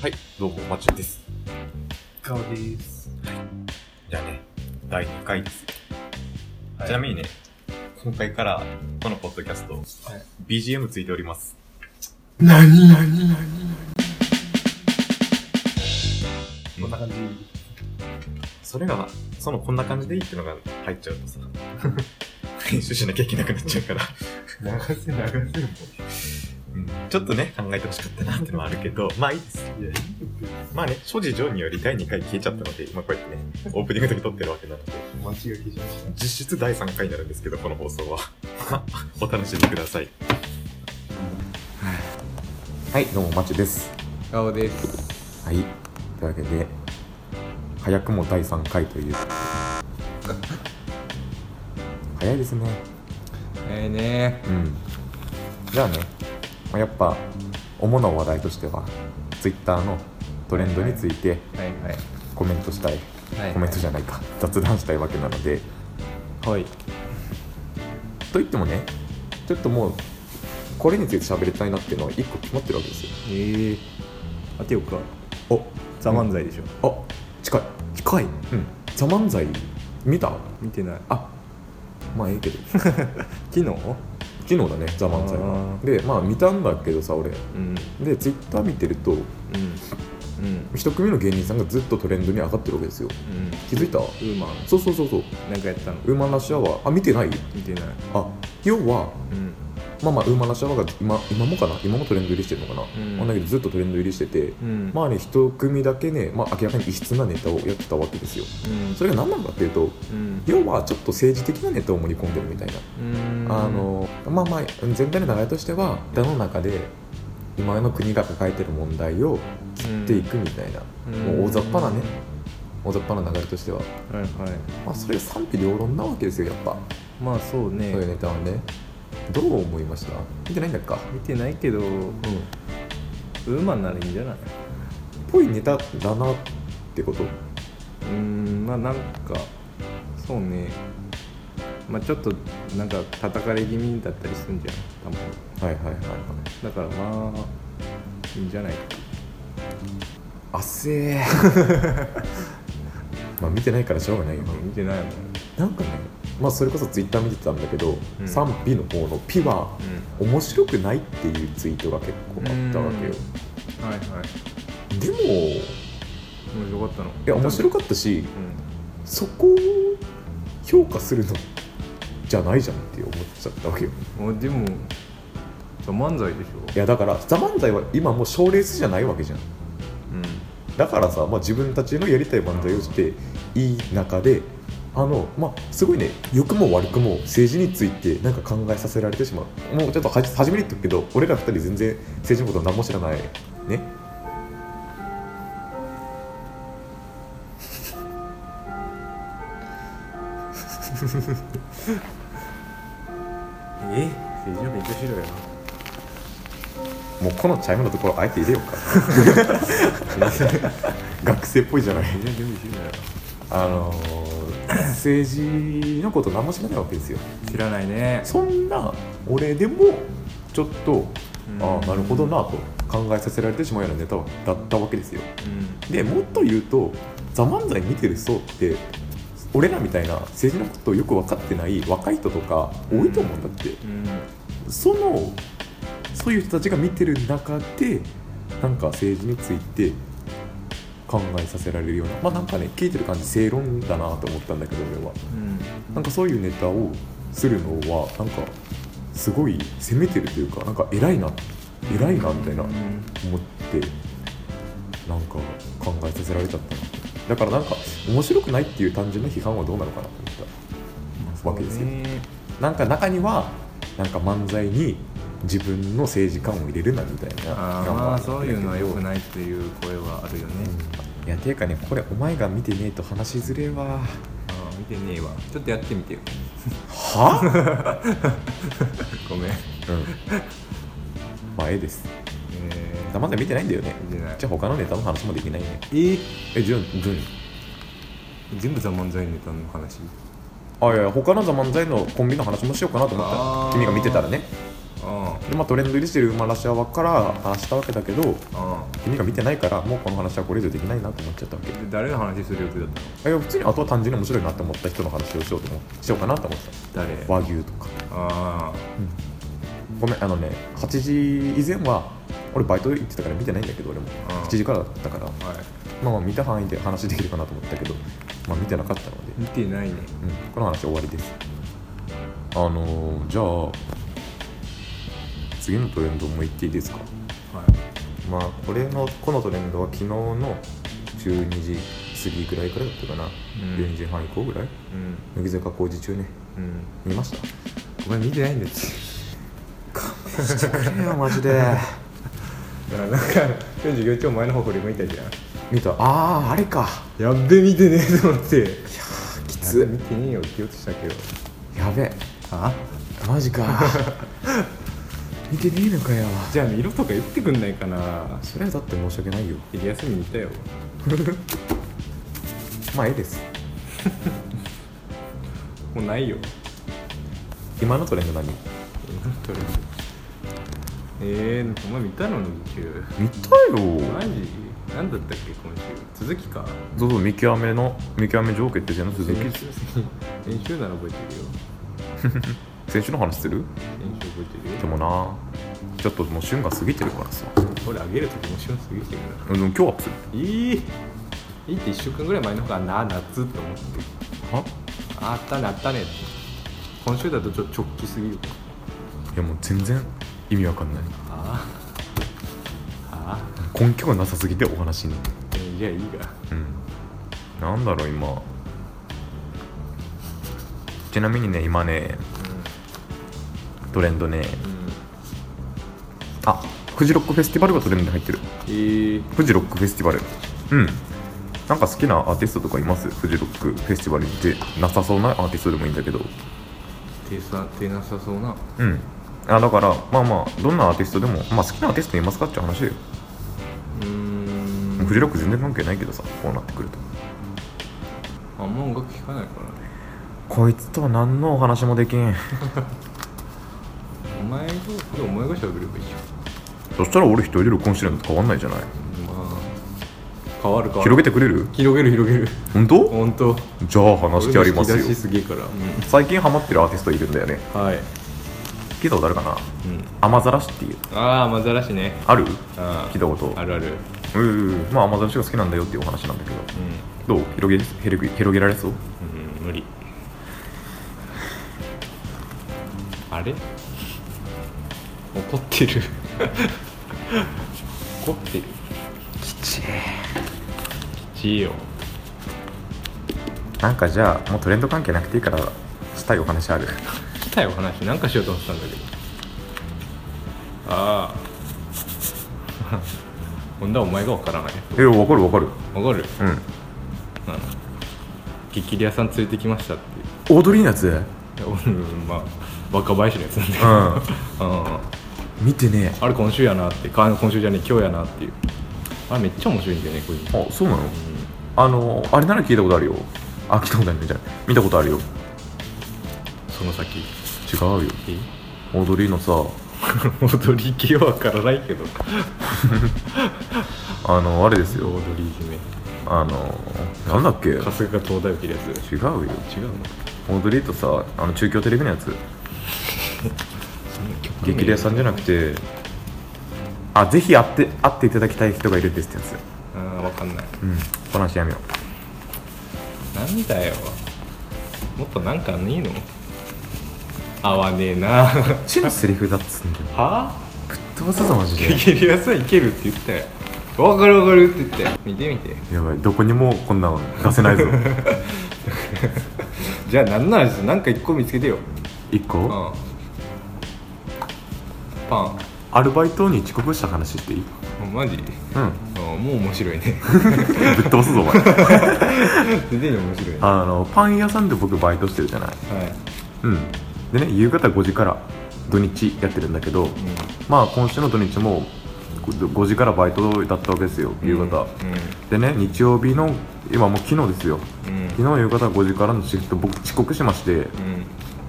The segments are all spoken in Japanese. はい、どうも、まちゅんです。顔です。じゃあね、第2回です。はいちなみにね、今回からこのポッドキャスト、BGM ついております。なになになにこんな感じ。それが、そのこんな感じでいいってのが入っちゃうとさ、編集しなきゃいけなくなっちゃうから、流せ流せもうんちょっとね、考えてほしかったなってのはあるけど、まあいいです。う。いや、いいよまあね、諸事情により第2回消えちゃったので、今こうやってね、オープニングの時撮ってるわけなので、間違い消しまし実質第3回になるんですけど、この放送は。 まあお楽しみください。はい、どうも、まちゅです。た。顔です。はい。というわけで、早くも第3回という。 早いですね。ええねうん。じゃあね、まあやっぱ、主な話題としては、Twitter のトレンドについてはいはい。コメントしたい。はいコメントじゃないか。雑談したいわけなので。はい。といってもね、ちょっともう、これについて喋りたいなっていうのは1個決まってるわけですよ。ええ当てようかおザ・漫才でしょ、あ近い。近いうん。ザ・漫才見た見てないあまあええけど。昨日昨日だね「ザ・漫才はあでまあ見たんだけどさ俺うんでツイッター見てるとうんうん一組の芸人さんがずっとトレンドに上がってるわけですようん気づいたウーマンそうそうそうそうなんかやったのウーマンラッシュアワーあ見てない見てないあ要はうんまあまあウーマンラッシュアワーが今今もかな今もトレンド入りしてるのかな、うんあんだけどずっとトレンド入りしてて、うんまあね一組だけね、まあ、明らかに異質なネタをやってたわけですようんそれが何なのかっていうとうん要はちょっと政治的なネタを盛り込んでるみたいなうんあのまあまあ全体の流れとしては歌の中で今の国が抱えてる問題を切切っていくみたいな、もう大雑把なね大雑把な流れとしては、はいはいまあ、それが賛否両論なわけですよやっぱまあそうねそういうネタはねどう思いました見てないんだっか見てないけどウうんっーマンならいいんじゃないぽいネタだなってことうんまあなんかそうねまあちょっとなんか叩かれ気味だったりするんじゃん多分はいはいはいはいだからまあいいんじゃないかあっせえ まあ見てないからしょうがないよね見てないもん、なんかねまあそれこそツイッター見てたんだけど、うん賛否の方の「ピ」は面白くないっていうツイートが結構あったわけよはいはいでもい面白かったのいや面白かかったしっそこを評価するのじゃないじゃんって思っちゃったわけよた、うん、あでもじゃ漫才でしいょやだから「ザ漫才は今もう賞レースじゃないわけじゃんうんだからさ、まあ、自分たちのやりたい漫才をしていい中であのまあすごいね良くも悪くも政治についてなんか考えさせられてしまうもうちょっとはじ初めに言っとくけど俺ら二人全然政治のこと何も知らないねえ政治は勉強しろよもうこのチャイムのところあえて入れようかなんか 学生っぽいじゃない政治は準備しろよあのー 政治のこと何も知らないわけですよ知らないねそんな俺でもちょっとうんああなるほどなと考えさせられてしまうようなネタだったわけですようんでもっと言うと「ザ漫才見てる層って俺らみたいな政治のことをよく分かってない若い人とか多いと思うんだって、うんそのそういう人たちが見てる中でなんか政治について考えさせられるようなまあなんかね聞いてる感じ正論だなと思ったんだけど俺はうんなんかそういうネタをするのはなんかすごい攻めてるというかなんか偉いな偉いなみたいな思うんってなんか考えさせられちゃったなだからなんか面白くないっていう単純な批判はどうなのかなと思ったわけですよねなんか中にはなんか漫才に自分の政治観を入れるなみたいなあー批判まはあるんだそうけいどうのは良くないという声はあるよね、いやていうかねこれお前が見てねえと話しづれえわああ見てねえわちょっとやってみてよはごめんうんまあええですえまだ見てないんだよね見てないじゃあ他のネタの話もできないねー、ええじゅんじゅん全部ザ・漫才ネタの話あいやいや他のザ・漫才のコンビの話もしようかなと思ったあー君が見てたらねあうんで、まあ、トレンド入りしてる馬らしはから話したわけだけどうん君が見てないからもうこの話はこれ以上できないなと思っちゃったわけで誰の話する予定だったのいや普通にあとは単純に面白いなって思った人の話をしようと思うしようかなと思って誰た和牛とか、あごめんあのね8時以前は俺バイト行ってたから見てないんだけど俺もうん7時からだったからあはいまあまあ見た範囲で話できるかなと思ったけどまあ見てなかったので、見てないねうん、この話終わりですあのー、じゃあ次のトレンドも言っていいですかはいまあこれのこのトレンドは昨日の12時過ぎぐらいからだったかな、うん12時半以降ぐらいうん乃木坂工事中ねうん見ましたお前見てないんだっていやマジでだからなんか44丁前の方これ向いたじゃん 見たあああれかやっべ見てねえと思ってきやっべ見てねえよって言おうとしたけどやべあマジ か見てねえのかよじゃあ見ろとか言ってくんないかなそれはだって申し訳ないよ昼休みにいたよまあええですもうないよ今のトレンド何とりあえずえー、お前見たの日中見たマよジ何だったっけ今週続きかどうぞ見極めの見極め条件っての鈴木先週先週なら覚えてるよ選手の話する先週覚えてるよでもなちょっともう旬が過ぎてるからさ俺あげる時もしよすぎてるなでも今日アップするいいいいって1週間ぐらい前の方がなあ夏って思ってはあったねあったねって今週だとちょっと直帰すぎるいやもう全然意味わかんないああああ根拠がなさすぎてお話にえーじゃあいいがうんなんだろう今ちなみにね今ねトレンドねうん、うん、あフジロックフェスティバルがトレンドに入ってるえー、フジロックフェスティバルうんなんか好きなアーティストとかいますフジロックフェスティバルに出なさそうなアーティストでもいいんだけど手さ手なさそうなうんあだからまあまあどんなアーティストでも、まあ、好きなアーティストいますかって話だようーんフジロック全然関係ないけどさこうなってくるとあんま音楽聴かないからねこいつとは何のお話もできんお前がお前が喋ればいいじ そしたら俺一人で録音してるのと変わんないじゃないゃんまあ変わる変わ広るげてくれる広げる広げる本当本当じゃあ話してやりますよ俺の引き出しすげえから、う最近ハマってるアーティストいるんだよねん、はい、聞いたことあるかなうん、雨ざらしっていうああまざらしねあるあ聞いたことあるあるうんうんうんまあ雨ざらしが好きなんだよっていうお話なんだけどうどん、う広げ広げ広げられそううん、無理あれ怒ってる 怒ってるきちいいよなんかじゃあもうトレンド関係なくていいからしたいお話ある来たよ話なんかしようと思ってたんだけどああ ほんだお前がわからないえわかるわかるわかるう激レアさん連れてきましたってん踊りのやついううんまあ若林のやつなんだけど、うんうん、 見てねあれ今週やなってか今週じゃねえ今日やなっていうあれめっちゃ面白いんだよねこれ、うん、あそうなのあのあれなら聞いたことあるよあ聞いたことあるじゃない見たことあるよその先 違うよえ踊りのさ踊り系はわからないけどあのあれですよ踊り姫あのなんだっけ違う春日が東大受けるやつよ違うの踊りとさあの中京テレビのやつそんな曲名激レアさんじゃなくてあぜひ会って会っていただきたい人がいるんですってやつあーわかんないうんこの話やめよなんだよもっとなんかねえの合わねえなはうちのセリフだっつうんだよあどうすぞマジで激レアさんいけるって言ったよわかるわかるって言ったよ見てみてやばいどこにもこんなの出せない ぞじゃあ何なんですなんか一個見つけてよ一う個んパンアルバイトに遅刻した話していいうんマジうんうんもう面白いねぶっ飛ばすぞお前全然面白いねはあのパン屋さんで僕バイトしてるじゃないうんでね夕方5時から土日やってるんだけど、い、うんまあ今週の土日も5時からバイトだったわけですよ夕方、でね日曜日の今もう昨日ですようんうん昨日夕方5時からのシフト僕遅刻しまして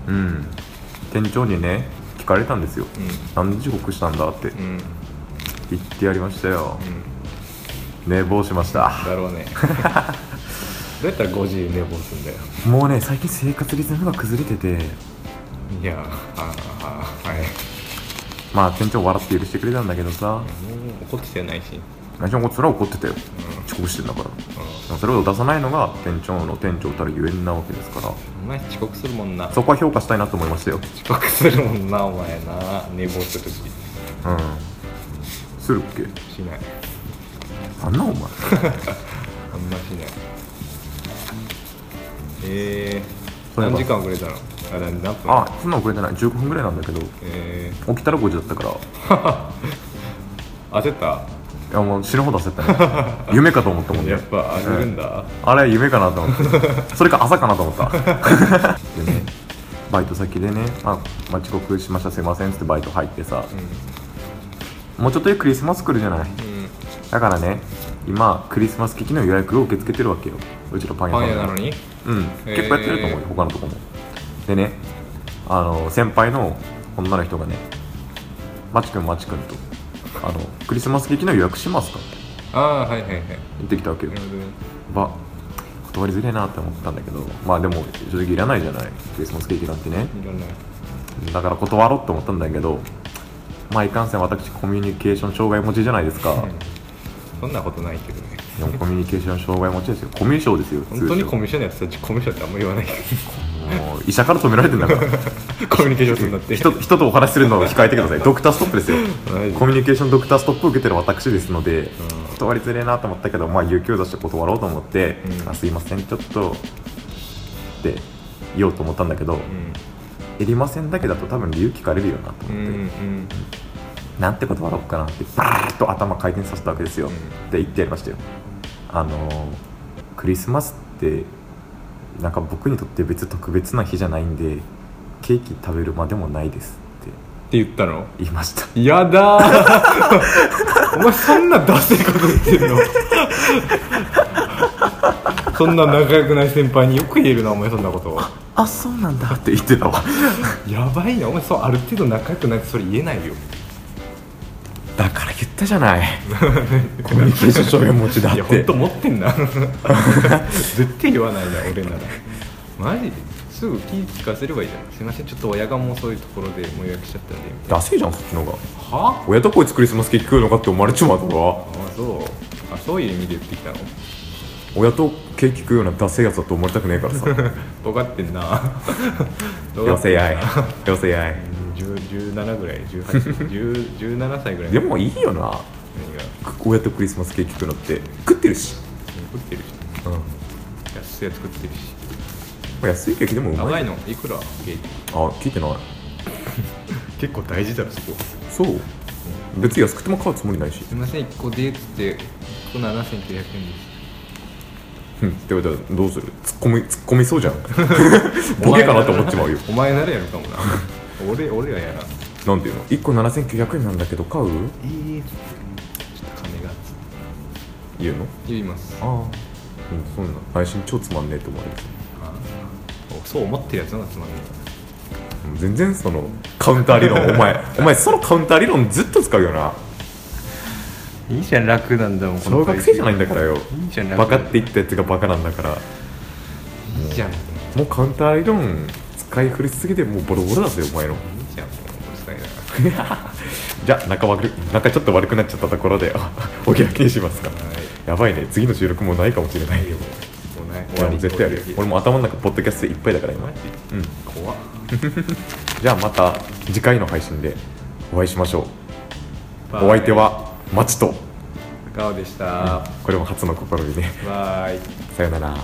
ううんん店長にね「今日聞かれたんですよ、うなんで時刻したんだってんうん言ってやりましたよ、寝坊しましただろうねどうやったら5時に寝坊すんだよもうね最近生活リズムが崩れてていやああはいまあ店長笑って許してくれたんだけどさもう怒ってきてないし何しろそれは怒ってたよ遅刻してんだからでもそれを出さないのが店長の店長たるゆえんなわけですからお前遅刻するもんなそこは評価したいなと思いましたよ遅刻するもんなお前な寝坊するしうんするっけしないあんなお前あんましないえー、そういえば何時間遅れたのあ何何分あそんな遅れてない15分ぐらいなんだけどえ起きたら5時だったからいー、焦ったやもう死ぬほど焦ったね夢かと思ったもんやねっぱ焦るんだ、あれ夢かなと思ってそれか朝かなと思ったでねバイト先でね「あまあ、遅刻しましたすいません」っつってバイト入ってさ、もうちょっとでクリスマス来るじゃないうんだからね今クリスマスケーキの予約を受け付けてるわけようちのパン屋パさんンで屋なのにうんへー結構やってると思うよ他のとこもでねあの先輩の女の人がね「まちくんまちくん」とあの「クリスマスケーキの予約しますか?」ってああはいはいはい言ってきたわけよなるほどねば断りづれえなって思ったんだけどまあでも正直いらないじゃないクリスマスケーキなんてねいろんなだから断ろうと思ったんだけどまあいかんせん私コミュニケーション障害持ちじゃないですかそんなことないけどねでもコミュニケーション障害持ちですよコミュ障ですよ本当にコミミュ障のやつたちコミュ障ってあんま言わないけもう医者から止められてんだ からどコミュニケーションするんだって人人とお話しするのを控えてくださいドクターストップですよマジコミュニケーションドクターストップを受けてる私ですので、断りづれえなと思ったけどまあ勇気を出して断ろうと思って「うんあすいませんちょっと」って言おうと思ったんだけど、いりませんだけだと多分理由聞かれるよなとうん思っうんて、うんなんて断ろうかなってバーッと頭回転させたわけですよ、うんで言ってやりましたよあのークリスマスってなんか僕にとって別に特別な日じゃないんでケーキ食べるまでもないですってって言ったの言いましたやだー お前そんなダセいこと言ってる のそんな仲良くない先輩によく言えるなお前そんなことあそうなんだって言ってたわやばいなお前そうある程度仲良くないとそれ言えないよだから言ったじゃないコミュニケーション障害持ちだっいてや本当持ってん な絶対言わないな俺ならマジですぐ気聞かせればいいじゃんすいませんちょっと親がもうそういうところでもう予約しちゃったんでみたいダセえじゃんそっちの方がなは親とこいつクリスマスケーキ食うのかって思われちまうとかああそうあそういう意味で言ってきたの 親とケーキ食うようなダセえやつだと思われたくねえからさ 尖ってんなよせやいよせやい10 17ぐらい18 10 17歳ぐらい でもいいよな何が親とクリスマスケーキ食うのって食ってるし、食ってるしう安いやつ食ってるしん、安いケーキでもうま長いいのいくらケーキあ聞いてない結構大事だろそこそう別に安くても買うつもりないしすいません1個でっつって1個7900円ですうんって言われたらどうする突っ込み突っ込みそう じゃんボケかなと思っちまうよお前ならやるか もな俺俺はやらんなんていうの1個7900円なんだけど買うえー、ちょっと金がつって言うの言いますああうんそんな配信超つまんねえと思われるあーそう思ってるやつの方がつまんねうん全然そのカウンター理論お 前お前そのカウンター理論ずっと使うよなえいいじゃん楽なんだもん小学生じゃないんだからよいいじゃん楽バカって言ったやつがバカなんだからいいじゃんいいもうカウンター理論使い古しすぎてもうボロボロだぜお前のじゃんもううるさいなじゃあ仲悪く仲ちょっと悪くなっちゃったところで あお開きにしますかはいやばいね次の収録もうないかもしれないよもうないいやもう絶対あるよ俺も頭の中ポッドキャストでいっぱいだから今マうんジ怖っじゃあまた次回の配信でお会いしましょうお相手はマチと高尾でしたこれも初の試みでバイさよなら